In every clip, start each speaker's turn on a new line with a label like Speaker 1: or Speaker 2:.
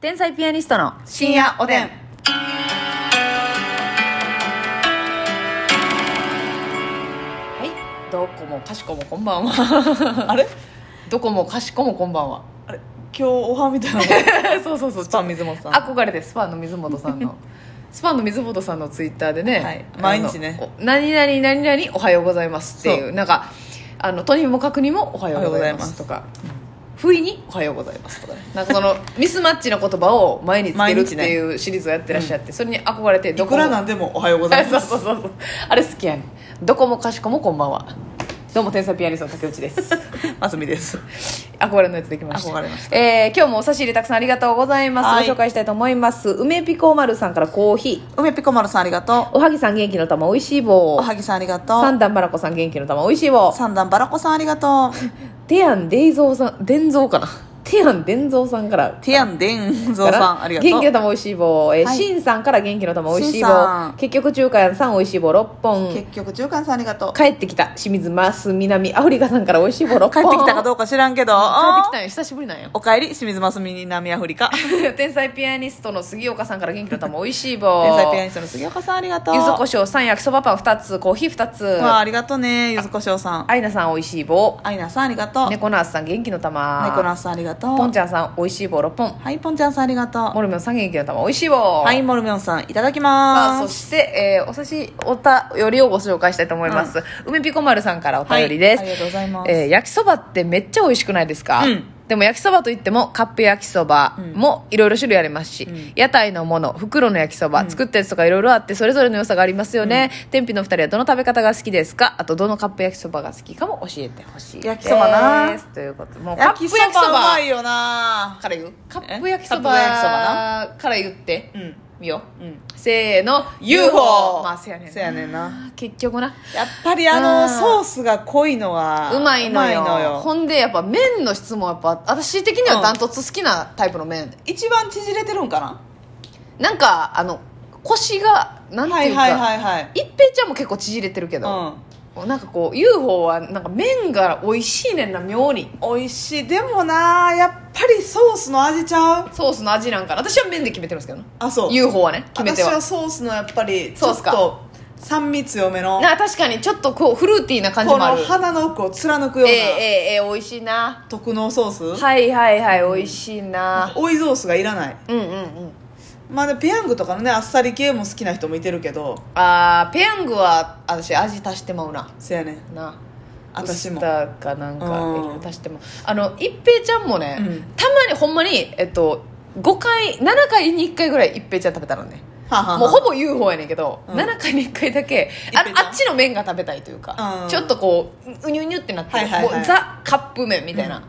Speaker 1: 天才ピアニストの
Speaker 2: 深夜おでん。
Speaker 1: はいどこもかしこもこんばんは
Speaker 2: あれ
Speaker 1: どこもかしこもこんばんは
Speaker 2: あれ今日おはみたいな
Speaker 1: そうそうそう
Speaker 2: スパン水本さん
Speaker 1: 憧れてスパンの水本さん のスパンの水本さんのツイッターでね、
Speaker 2: はい
Speaker 1: あの
Speaker 2: 毎日ね
Speaker 1: お何々何々おはようございますってい
Speaker 2: そう
Speaker 1: なんかあのとにもかくにもおはようございますとか不意におはようございますとかねなんかそのミスマッチの言葉を毎日つけるっていうシリーズをやってらっしゃって、それに憧れて
Speaker 2: い
Speaker 1: ど
Speaker 2: く
Speaker 1: こ
Speaker 2: ら
Speaker 1: も
Speaker 2: なんでもおはようございます
Speaker 1: そうそうそうそうあれ好きやねんどこもかしこもこんばんはどうも天才ピアニストの竹内です
Speaker 2: ますみです
Speaker 1: 憧れのやつできました
Speaker 2: 憧れまし
Speaker 1: えー今日もお差し入れたくさんありがとうございます、
Speaker 2: はい
Speaker 1: ご紹介したいと思います梅ピコーマルさんからコーヒー
Speaker 2: 梅ピコマルさんありがと
Speaker 1: おはぎさん元気の玉おいしいう棒
Speaker 2: おはぎさんありがと
Speaker 1: 三
Speaker 2: う
Speaker 1: 段バラコさん元気の玉おいしい棒
Speaker 2: 三段バラコさんありがと う
Speaker 1: テアンデイゾウさん伝蔵かなテアン伝蔵さんから
Speaker 2: ティアンデンゾウさんありがとう
Speaker 1: 元気の玉おいしい棒、えー
Speaker 2: はい
Speaker 1: シンさんから元気の玉おいしい
Speaker 2: シンさ
Speaker 1: 棒
Speaker 2: ん
Speaker 1: 結局中華屋さんおいしい棒6本
Speaker 2: 結局中間さんありがとう
Speaker 1: 帰ってきた清水マス南アフリカさんから美味しい棒6本
Speaker 2: 帰ってきたかどうか知らんけど
Speaker 1: 帰ってきたんよ久しぶりなんよ
Speaker 2: おかえり清水真澄南アフリカ天
Speaker 1: 天才ピアニストの杉岡さんから元気の玉美味しい棒
Speaker 2: 才ピアニストの杉岡さんありがとう
Speaker 1: 柚子胡椒3焼きそばパン2つコーヒー2つ
Speaker 2: わあありがとうねゆずこしょうさん
Speaker 1: アイナさん美味しい棒
Speaker 2: アイナさんありがとう猫
Speaker 1: 猫ナースさん元気の玉
Speaker 2: ナスさんありがとう
Speaker 1: ポンちゃんさん美味しい棒6本
Speaker 2: はいポンちゃんさんありがとう
Speaker 1: モルミョンさん元気の玉美味しい棒
Speaker 2: はいモルミョンさんいただき
Speaker 1: さあ
Speaker 2: ま
Speaker 1: そ
Speaker 2: す
Speaker 1: して、えーお差しおたよりをご紹介したいと思います、梅ピコ丸さんからお便りです、
Speaker 2: はいありがとうございます
Speaker 1: えー焼きそばってめっちゃ美味しくないですか、
Speaker 2: うん
Speaker 1: でも焼きそばといってもカップ焼きそばもいろいろ種類ありますし、屋台のもの袋の焼きそば、作ったやつとかいろいろあってそれぞれの良さがありますよね、天日のお二人はどの食べ方が好きですかあとどのカップ焼きそばが好きかも教えてほしいです
Speaker 2: 焼きそばな
Speaker 1: ということでもうカッ
Speaker 2: 焼
Speaker 1: プ
Speaker 2: き
Speaker 1: 焼
Speaker 2: そ
Speaker 1: きそ
Speaker 2: ばう
Speaker 1: ば
Speaker 2: まいよな
Speaker 1: から言うカップ
Speaker 2: え
Speaker 1: 焼きそば
Speaker 2: カップ焼きそばな
Speaker 1: から言って、
Speaker 2: うん
Speaker 1: 見よう、
Speaker 2: うん
Speaker 1: せーの
Speaker 2: UFO
Speaker 1: まあせやねんな
Speaker 2: せやねんな
Speaker 1: 結局な
Speaker 2: やっぱりあ
Speaker 1: う
Speaker 2: の
Speaker 1: ん
Speaker 2: ソースが濃いのは
Speaker 1: うまいのよ
Speaker 2: うまいのよ
Speaker 1: ほんでやっぱ麺の質もやっぱ私的にはダントツ好きなタイプの麺、
Speaker 2: 一番縮れてるんかな
Speaker 1: なんかあの腰がなんて
Speaker 2: はいいう
Speaker 1: か、
Speaker 2: はいはいはい
Speaker 1: 一平ちゃんも結構縮れてるけど、なんかこう UFO はなんか麺が美味しいねんな妙に
Speaker 2: うん美味しいでもなやっぱりソースの味ちゃう
Speaker 1: ソースの味なんかな私は麺で決めてるんですけどな
Speaker 2: あそう
Speaker 1: UFO はね決め
Speaker 2: 私
Speaker 1: ては
Speaker 2: はソースのやっぱりち
Speaker 1: ソ
Speaker 2: ょ
Speaker 1: ース
Speaker 2: っ
Speaker 1: か
Speaker 2: と酸味強めの
Speaker 1: な確かにちょっとこうフルーティーな感じ
Speaker 2: こ
Speaker 1: もあ
Speaker 2: の
Speaker 1: る
Speaker 2: 鼻の奥を貫
Speaker 1: え
Speaker 2: くよう
Speaker 1: え
Speaker 2: な
Speaker 1: ええええ美味しいな
Speaker 2: 特濃ソース
Speaker 1: はいはいはい美味しいな
Speaker 2: 追いソースがいらない
Speaker 1: うんうんうん
Speaker 2: まあねペヤングとかのねあっさり系も好きな人もいてるけど
Speaker 1: あーペヤングは私味足してまうな
Speaker 2: せやねん
Speaker 1: な
Speaker 2: 私も
Speaker 1: ウスターかなんか
Speaker 2: うん
Speaker 1: 足してもあの一平ちゃんもね、
Speaker 2: うん
Speaker 1: たまにほんまにえっと5回7回に1回ぐらい一平ちゃん食べたのね
Speaker 2: はあはあはあ
Speaker 1: もうほぼ UFO やねんけど、
Speaker 2: うん
Speaker 1: 7回に1回だけあの
Speaker 2: 一平ちゃん
Speaker 1: あっちの麺が食べたいというか、
Speaker 2: うん
Speaker 1: ちょっとこううにゅうにゅってなってる、
Speaker 2: はいはいはい
Speaker 1: もうザカップ麺みたいな、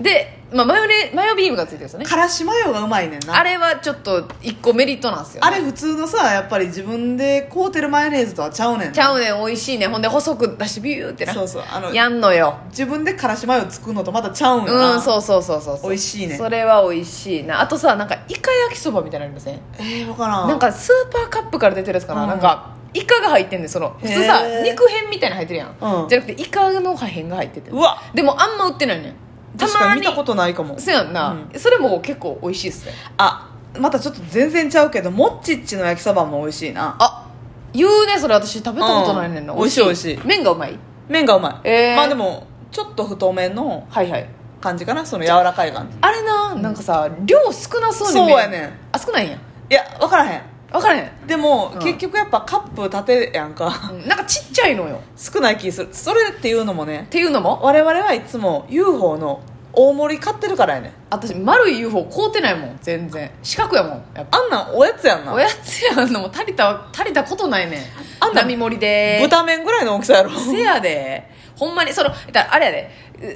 Speaker 1: で、まあ、マヨネマヨビームがついてるんですよね
Speaker 2: からしマヨがうまいねんな
Speaker 1: あれはちょっと1個メリットなんですよ、ね、
Speaker 2: あれ普通のさやっぱり自分で買うてるマヨネーズとはちゃうねんな
Speaker 1: ちゃうねん美味しいねんほんで細く出してビューってな
Speaker 2: そうそうあの
Speaker 1: やんのよ
Speaker 2: 自分でからしマヨ作るのとまたちゃうんよな
Speaker 1: うんそうそうそうそうそう
Speaker 2: 美味しいね
Speaker 1: それは美味しいなあとさなんかイカ焼きそばみたいなのありません
Speaker 2: えー、分からん
Speaker 1: なんかスーパーカップから出てるやつかな、
Speaker 2: うん
Speaker 1: なんかイカが入ってんでその普通さ
Speaker 2: へー
Speaker 1: 肉片みたいなの入ってるやん、
Speaker 2: うん
Speaker 1: じゃなくてイカの破片が入ってて
Speaker 2: うわ
Speaker 1: でもあんま売ってないねんた
Speaker 2: 確か
Speaker 1: ま
Speaker 2: に
Speaker 1: に
Speaker 2: 見たことないかも
Speaker 1: そうやんな、それも結構美味しいですね
Speaker 2: あまたちょっと全然ちゃうけどもっちっちの焼きそばも美味しいな
Speaker 1: あ言うねそれ私食べたことないねんな、
Speaker 2: うん美味しい美味し
Speaker 1: 麺がうまい
Speaker 2: 麺がうまい、
Speaker 1: えー
Speaker 2: まあでもちょっと太麺の
Speaker 1: はいはい
Speaker 2: 感じかなその柔らかい感じ
Speaker 1: あれななんかさ量少なそうに
Speaker 2: そう
Speaker 1: 見える
Speaker 2: やねん
Speaker 1: あ少ないんや
Speaker 2: いや分からへん
Speaker 1: 分からへん
Speaker 2: でも、
Speaker 1: うん
Speaker 2: 結局やっぱカップ立てやんか
Speaker 1: うんなんかちっちゃいのよ
Speaker 2: 少ない気するそれっていうのもね
Speaker 1: っていうのも
Speaker 2: 我々はいつも UFO の大盛り買ってるからやねん
Speaker 1: 私丸い UFO 買うてないもん全然四角やもんやっぱ
Speaker 2: あんなんおやつやんな
Speaker 1: おやつやんのも足りた足りたことないねん
Speaker 2: あんな
Speaker 1: 並盛りで
Speaker 2: 豚麺ぐらいの大きさやろ
Speaker 1: せやでほんまにそのだからあれやで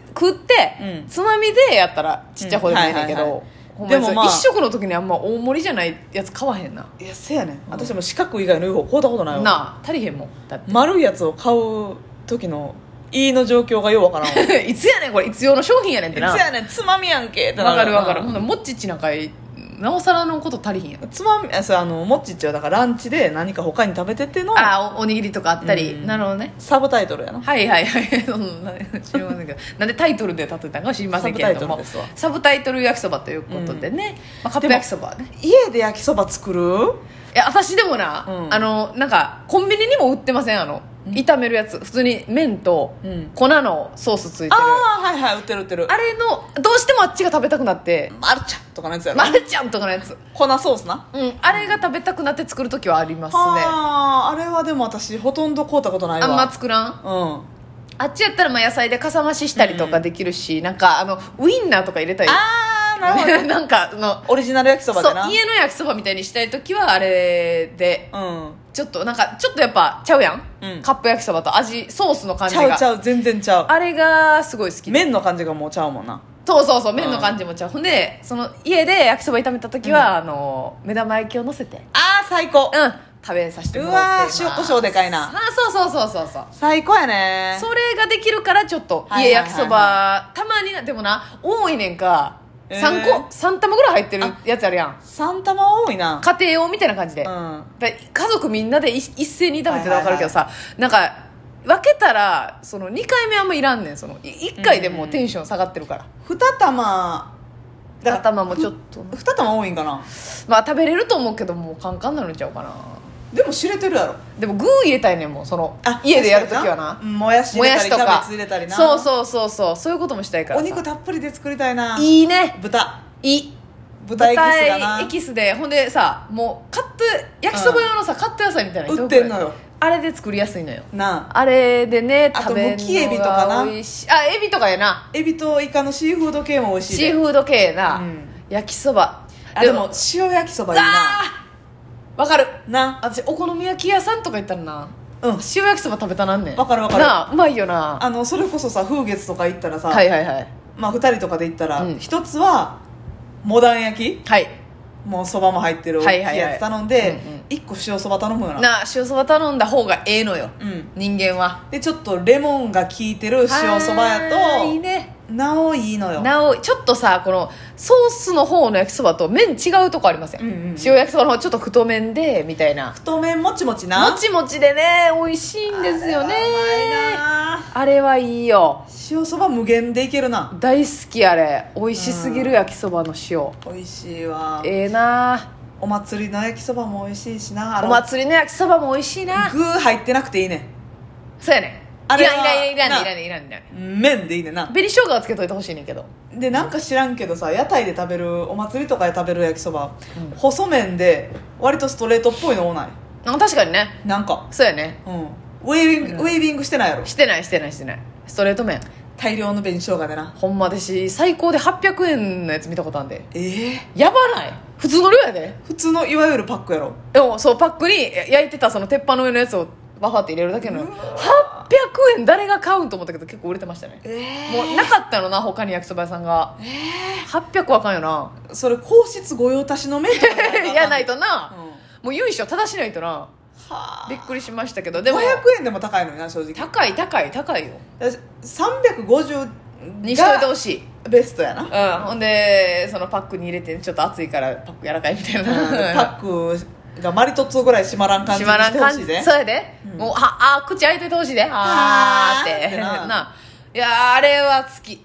Speaker 1: う食って、
Speaker 2: うん
Speaker 1: つまみでやったらちっちゃい方でもいいねんけ
Speaker 2: うんはいはい
Speaker 1: ど
Speaker 2: はい
Speaker 1: ほんまにそれ
Speaker 2: でもまあ
Speaker 1: 一食の時にあんま大盛りじゃないやつ買わへ んない
Speaker 2: やせやねん 私も四角以外の UFO 買うたことないわ
Speaker 1: なあ足りへんもんだ っ
Speaker 2: 丸いやつを買う時のいいの状況がようわか らんわ
Speaker 1: ていつやねんこれいつ用の商品やねんってな
Speaker 2: せやねんつまみやんけって
Speaker 1: わ
Speaker 2: な
Speaker 1: かるわかる
Speaker 2: う
Speaker 1: ほ
Speaker 2: ん
Speaker 1: んならもっちっちなんかいなおさらのこと足りひんやん
Speaker 2: つまみあそうあのもっちっちはだからランチで何か他に食べてっての
Speaker 1: あーおおにぎりとかあったり、
Speaker 2: うん
Speaker 1: なるほどね
Speaker 2: サブタイトルやな
Speaker 1: はいはいはい そんな知りませんけどなんでタイトルで立てたんか知りませんけれども
Speaker 2: サブタイトルですわ
Speaker 1: サブタイトル焼きそばということでね、まあ、カップ焼きそばはね
Speaker 2: 家で焼きそば作る
Speaker 1: いや私でもな、
Speaker 2: うん
Speaker 1: あのなんかコンビニにも売ってませんあの、炒めるやつ普通に麺と
Speaker 2: うん
Speaker 1: 粉のソースついてる、
Speaker 2: あ
Speaker 1: あ
Speaker 2: あはいはい売ってる売ってる
Speaker 1: れのどうしてもあっちが食べたくなって、
Speaker 2: マルチャとかのやつやろ、
Speaker 1: まるちゃんとかのやつ
Speaker 2: 粉ソースな
Speaker 1: うんあれが食べたくなって作る時はありますねあ
Speaker 2: はああれはでも私ほとんど買うたことないわ
Speaker 1: んま作らん
Speaker 2: うん
Speaker 1: あっちやったらまあ野菜でかさ増ししたりとかできるし、なんかあのウインナーとか入れたり
Speaker 2: ああなる ほ
Speaker 1: なんかあの
Speaker 2: どオリジナル焼きそば
Speaker 1: そう
Speaker 2: でな
Speaker 1: 家の焼きそばみたいにしたい時はあれで
Speaker 2: うん
Speaker 1: ちょっとなんかちょっとやっぱちゃうやん、
Speaker 2: うん
Speaker 1: カップ焼きそばと味ソースの感じ
Speaker 2: ちゃ
Speaker 1: が
Speaker 2: うちゃう全然ちゃう
Speaker 1: あれがすごい好きで
Speaker 2: 麺の感じがもうちゃうもんな
Speaker 1: そうそうそう麺の感じもちゃう、ほんでその家で焼きそば炒めた時は、あの目玉焼きを乗せて
Speaker 2: ああ最高
Speaker 1: うん食べさせて
Speaker 2: う
Speaker 1: もら
Speaker 2: わ
Speaker 1: っ
Speaker 2: ー
Speaker 1: て
Speaker 2: 塩コシ
Speaker 1: ョ
Speaker 2: ョウでかい
Speaker 1: あ
Speaker 2: な
Speaker 1: そうそうそうそうそう
Speaker 2: 最高やね
Speaker 1: それができるからちょっと
Speaker 2: はい
Speaker 1: 家
Speaker 2: はいはいはい
Speaker 1: 焼きそばたまになでもな多いねんか
Speaker 2: えー
Speaker 1: 3個、三玉ぐらい入ってるやつあるやん
Speaker 2: 三玉多いな
Speaker 1: 家庭用みたいな感じで、
Speaker 2: うん
Speaker 1: だ家族みんなでい一斉に炒めてたら分かるけどさ、なんか分けたらその2回目あんまいらんねんその1回でもうテンション下がってるから、
Speaker 2: 二玉だから
Speaker 1: 頭もちょっと
Speaker 2: 二玉多いんかな
Speaker 1: まあ食べれると思うけどもうカンカンなるんちゃうかな
Speaker 2: でも知れてるやろ
Speaker 1: でも具入れたいねんもうその家でやるときはな
Speaker 2: うんもやし
Speaker 1: も
Speaker 2: 入れ
Speaker 1: や
Speaker 2: た
Speaker 1: し
Speaker 2: り
Speaker 1: と
Speaker 2: キャ
Speaker 1: か
Speaker 2: ベツ入れたりな
Speaker 1: そうそうそうそうそういうこともしたいから
Speaker 2: お
Speaker 1: さ
Speaker 2: 肉たっぷりで作りたいない
Speaker 1: いね
Speaker 2: 豚
Speaker 1: いい
Speaker 2: 豚エキスがな
Speaker 1: 豚エキスでほんでさもうカット焼きそば用のさ、カット野菜みたいなの
Speaker 2: 売ってんのよ
Speaker 1: あれで作りやすいのよ
Speaker 2: なあ
Speaker 1: あれでね
Speaker 2: あと
Speaker 1: 食べる
Speaker 2: むきエビとかな
Speaker 1: 美味しいあエビとかやな
Speaker 2: エビとイカのシーフード系も美味しいで
Speaker 1: シーフード系やな、
Speaker 2: うん
Speaker 1: 焼きそば
Speaker 2: あでも塩焼きそばいいな
Speaker 1: あーわかる
Speaker 2: な
Speaker 1: 私お好み焼き屋さんとか行ったらな
Speaker 2: うん
Speaker 1: 塩焼きそば食べたなんねん
Speaker 2: わかるわかる
Speaker 1: なあうまいよな
Speaker 2: あのそれこそさ風月とか行ったらさ、
Speaker 1: はいはいはい
Speaker 2: まあ、2人とかで行ったら
Speaker 1: うん
Speaker 2: 一、つはモダン焼き
Speaker 1: はい
Speaker 2: もうそばも入ってる
Speaker 1: はい
Speaker 2: 大
Speaker 1: は
Speaker 2: きい
Speaker 1: いはい
Speaker 2: やつ頼んで、
Speaker 1: うんうん
Speaker 2: 一個塩そば頼むよな
Speaker 1: なあ塩そば頼んだ方がええのよ
Speaker 2: うん
Speaker 1: 人間は
Speaker 2: でちょっとレモンが効いてる塩そばや
Speaker 1: あーいい
Speaker 2: と
Speaker 1: ね
Speaker 2: なおいいのよ
Speaker 1: なおちょっとさこのソースの方の焼きそばと麺違うとこありません、
Speaker 2: うんうんうん
Speaker 1: 塩焼きそばの方ちょっと太麺でみたいな
Speaker 2: 太麺もちもちな
Speaker 1: もちもちでね美味しいんですよね
Speaker 2: あれはうまいな
Speaker 1: あれはいいよ
Speaker 2: 塩そば無限でいけるな
Speaker 1: 大好きあれ美味しすぎる焼きそばの塩、
Speaker 2: 美味しいわ
Speaker 1: ええな
Speaker 2: お祭りの焼きそばも美味しいしなあ
Speaker 1: お
Speaker 2: の
Speaker 1: 祭りの焼きそばも美味しいな、
Speaker 2: 具入ってなくていいね
Speaker 1: そうやね
Speaker 2: あ
Speaker 1: い
Speaker 2: れは
Speaker 1: らんいらんいらんいらんらん
Speaker 2: ない
Speaker 1: いらんいらん
Speaker 2: ん麺でいいねんな
Speaker 1: 紅生姜はつけといてほしいねんけど
Speaker 2: でなんか知らんけどさ屋台で食べるお祭りとかで食べる焼きそば、
Speaker 1: うん
Speaker 2: 細麺で割とストレートっぽいの多ない
Speaker 1: あ確かにね
Speaker 2: なんか
Speaker 1: そうやね
Speaker 2: うんウェービング、ウェービングしてないやろ
Speaker 1: してないしてないしてないストレート麺
Speaker 2: 大量の紅生姜でな
Speaker 1: ほんま私最高で800円のやつ見たことあんで
Speaker 2: ええ
Speaker 1: やばない普通の量やで
Speaker 2: 普通のいわゆるパックやろ
Speaker 1: でもそうパックに焼いてたその鉄板の上のやつをバファって入れるだけなの
Speaker 2: う
Speaker 1: 800円誰が買うんと思ったけど結構売れてましたね
Speaker 2: え
Speaker 1: もうなかったのな他に焼きそば屋さんが800はあかんよ な
Speaker 2: それ皇室御用達の麺とかじゃ か
Speaker 1: やない
Speaker 2: と、
Speaker 1: と
Speaker 2: うん、
Speaker 1: な
Speaker 2: は
Speaker 1: もう由緒正しないとな
Speaker 2: あ
Speaker 1: びっくりしましたけどで
Speaker 2: 500
Speaker 1: も
Speaker 2: 円でも高いのにな正直
Speaker 1: 高い高い高いよ
Speaker 2: 私350
Speaker 1: にしといて
Speaker 2: が
Speaker 1: ほしい
Speaker 2: ベストやな
Speaker 1: うんほんでそのパックに入れてちょっと熱いからパック柔らかいみたい
Speaker 2: パ
Speaker 1: な
Speaker 2: ックがマリトッツォぐらい閉まらん感じ
Speaker 1: し
Speaker 2: に
Speaker 1: まらん
Speaker 2: してほ
Speaker 1: 感
Speaker 2: しい
Speaker 1: じ
Speaker 2: で
Speaker 1: そうやで、
Speaker 2: うん
Speaker 1: もうはあー口開いといてほしいであーっ
Speaker 2: はーってて
Speaker 1: な
Speaker 2: な
Speaker 1: ないやーあれは好き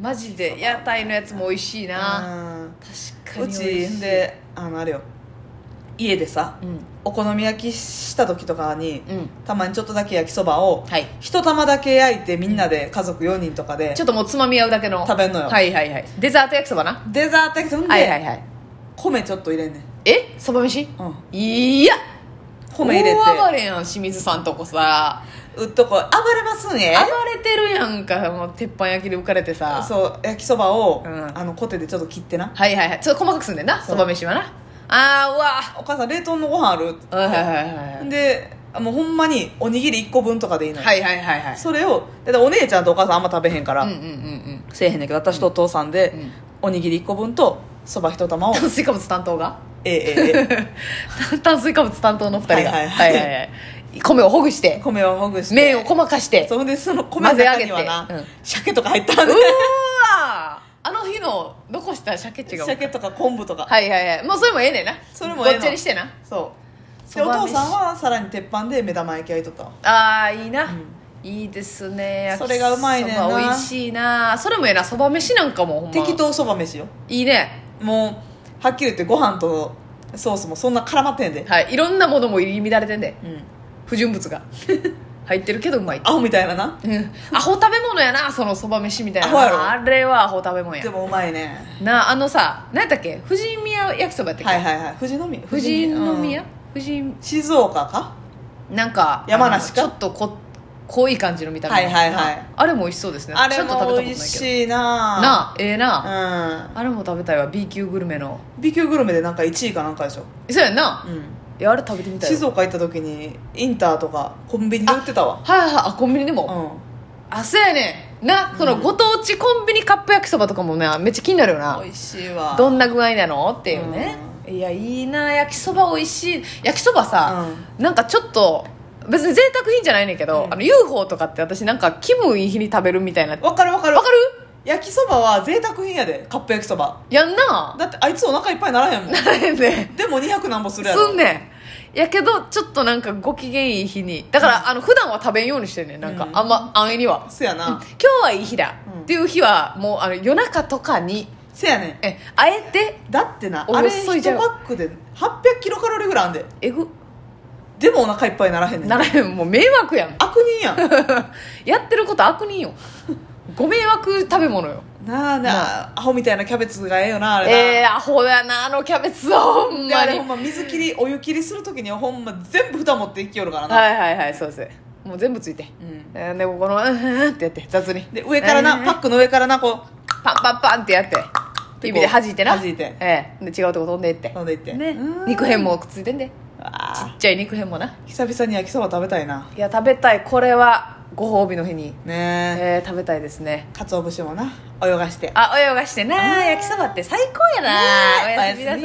Speaker 1: マジで屋台のやつも美味しいな
Speaker 2: う
Speaker 1: 確か
Speaker 2: んう
Speaker 1: に
Speaker 2: ち
Speaker 1: 美味しい
Speaker 2: であのあれよ家でさ
Speaker 1: うん
Speaker 2: お好み焼きした時とかに、
Speaker 1: うん
Speaker 2: たまにちょっとだけ焼きそばを
Speaker 1: はい
Speaker 2: 一玉だけ焼いてみんなで家族4人とかで
Speaker 1: ちょっともうつまみ合うだけの
Speaker 2: 食べんのよ
Speaker 1: はいはいはいデザート焼きそばな
Speaker 2: デザート焼きそば
Speaker 1: はいはい
Speaker 2: で
Speaker 1: はい
Speaker 2: 米ちょっと入れんねん
Speaker 1: えそば飯
Speaker 2: うん
Speaker 1: いや
Speaker 2: 米入れて
Speaker 1: 大暴れやん清水さんとこさ
Speaker 2: うっとこう暴れますね
Speaker 1: 暴れてるやんかもう鉄板焼きで浮かれてさ
Speaker 2: そう焼きそばを、
Speaker 1: うん
Speaker 2: あのコテでちょっと切ってな
Speaker 1: はいはいはいちょっと細かくすんでんな
Speaker 2: そ
Speaker 1: そうば飯はなあ
Speaker 2: お母さん冷凍のご飯ある
Speaker 1: ーうわはいはいはいはい
Speaker 2: でもうほんまにおにぎり1個分とかでいいのよ、
Speaker 1: はいはいはいはい
Speaker 2: それをだってお姉ちゃんとお母さんあんま食べへんから、
Speaker 1: うんうんうん
Speaker 2: せえへんねんけど私とお父さんで、
Speaker 1: うんうん
Speaker 2: おにぎり1個分とそば1玉を
Speaker 1: 炭水化物担当が
Speaker 2: えええええ
Speaker 1: 炭水化物担当の二人が
Speaker 2: はいはいはい
Speaker 1: い米をほぐし
Speaker 2: え
Speaker 1: て
Speaker 2: 米をほぐして
Speaker 1: 麺を細かして
Speaker 2: そんでその米の中には
Speaker 1: 混ぜ上げ
Speaker 2: な、
Speaker 1: てうん
Speaker 2: 鮭とか入ったんで
Speaker 1: うわあの日の残した鮭違う
Speaker 2: 鮭とか昆布とか、
Speaker 1: はいはいはいもうそれもええねんな
Speaker 2: それもええ
Speaker 1: ご
Speaker 2: の
Speaker 1: っちゃにしてな
Speaker 2: そう
Speaker 1: そ
Speaker 2: でお
Speaker 1: ば
Speaker 2: 父
Speaker 1: 飯
Speaker 2: さんはさらに鉄板で目玉焼き焼いとったわ
Speaker 1: ああいいな、
Speaker 2: ん
Speaker 1: いいですね焼き
Speaker 2: それがうまいねんな
Speaker 1: そば美味しいなそれもええなそば飯なんかもほんま
Speaker 2: 適当そば飯よ
Speaker 1: いいね
Speaker 2: もうはっきり言ってご飯とソースもそんな絡まってんで、
Speaker 1: はいいろんなものも入り乱れてんで
Speaker 2: うん、
Speaker 1: 不純物が 入ってるけどうまい
Speaker 2: アホみたいなな
Speaker 1: うんアホ食べ物やなそのそば飯みたいな
Speaker 2: アホやろ
Speaker 1: あれはアホ食べ物や
Speaker 2: でもうまいね
Speaker 1: なあのさ何やったっけ富士宮焼きそばやったっけ、
Speaker 2: はいはいはい富士宮
Speaker 1: 富士宮、
Speaker 2: うん
Speaker 1: 富士
Speaker 2: 静岡か
Speaker 1: なんか
Speaker 2: 山梨か
Speaker 1: あのちょっとこ濃い感じの見た目
Speaker 2: はいはいはい
Speaker 1: あれも美味しそうですね
Speaker 2: あれ
Speaker 1: ちょっと食べたこ
Speaker 2: も
Speaker 1: と
Speaker 2: 美味
Speaker 1: ないけ
Speaker 2: しい
Speaker 1: ど
Speaker 2: な
Speaker 1: なあええな、
Speaker 2: あ
Speaker 1: あれも食べたいわ B 級グルメの
Speaker 2: うん B 級グルメでなんか1位かなんかでしょ、
Speaker 1: そうやんな、
Speaker 2: うん、
Speaker 1: いやあれ食べてみたいわ
Speaker 2: 静岡行った時にインターとかコンビニで売ってたわ
Speaker 1: はいはいあコンビニでも、
Speaker 2: う
Speaker 1: あそうやねんなそのご当地コンビニカップ焼きそばとかもねめっちゃ気になるよなん
Speaker 2: 美味しいわ
Speaker 1: どんな具合なのっていうね、いやいいな焼きそば美味しい焼きそばさ、なんかちょっと別に贅沢品じゃないねんけど、
Speaker 2: うん
Speaker 1: あの UFO とかって私なんか気分いい日に食べるみたいなわ
Speaker 2: わかるわかる
Speaker 1: かる
Speaker 2: 焼きそばは贅沢品やでカップ焼きそば
Speaker 1: やん な
Speaker 2: だってあいつお腹いっぱいならへんもん
Speaker 1: なれんね
Speaker 2: でも200なんぼするやろ
Speaker 1: すんねんやけどちょっとなんかご機嫌いい日にだから、あの普段は食べんようにしてんねんなんか、
Speaker 2: うん
Speaker 1: あんま安易には、
Speaker 2: せやな、
Speaker 1: 今日はいい日だ、
Speaker 2: うん
Speaker 1: っていう日はもうあの夜中とかに
Speaker 2: せやねん
Speaker 1: えあえて
Speaker 2: だってな
Speaker 1: お
Speaker 2: あれ
Speaker 1: そい
Speaker 2: 1
Speaker 1: じゃう
Speaker 2: パックで800キロカロリーぐらいあんで
Speaker 1: えぐ
Speaker 2: でもお腹いっぱいならへんねん
Speaker 1: ならへ んもう迷惑やん
Speaker 2: 悪人やん
Speaker 1: やってること悪人よご迷惑食べ 物よ
Speaker 2: なあなあアホみたいなキャベツがええよなあれな、
Speaker 1: ええアホやなあのキャベツはほん
Speaker 2: であ
Speaker 1: ま
Speaker 2: れ
Speaker 1: に
Speaker 2: ほんま水切りお湯切りするときにはほんま全部蓋持っていきよるからな、
Speaker 1: はいはいはいそうですもう全部ついて、
Speaker 2: うん
Speaker 1: えーでもこのうんうんってやって雑に
Speaker 2: で上からな、
Speaker 1: えー
Speaker 2: パックの上からなこ
Speaker 1: パンパンパンってやって
Speaker 2: う
Speaker 1: 指で弾いてな
Speaker 2: 弾いて
Speaker 1: ええで違うとこ飛んでいって
Speaker 2: 飲んでいって、
Speaker 1: ね
Speaker 2: うん
Speaker 1: 肉片もくっついてんでち
Speaker 2: あ
Speaker 1: っちゃい肉片もな
Speaker 2: ー久々に焼きそば食べたいない
Speaker 1: や食べたいこれはご褒美の日に
Speaker 2: ねえ
Speaker 1: えー、食べたいですね
Speaker 2: 鰹節もな泳がして
Speaker 1: あ泳がしてな
Speaker 2: あー
Speaker 1: 焼きそばって最高やな、
Speaker 2: ねえ
Speaker 1: おやすみなさい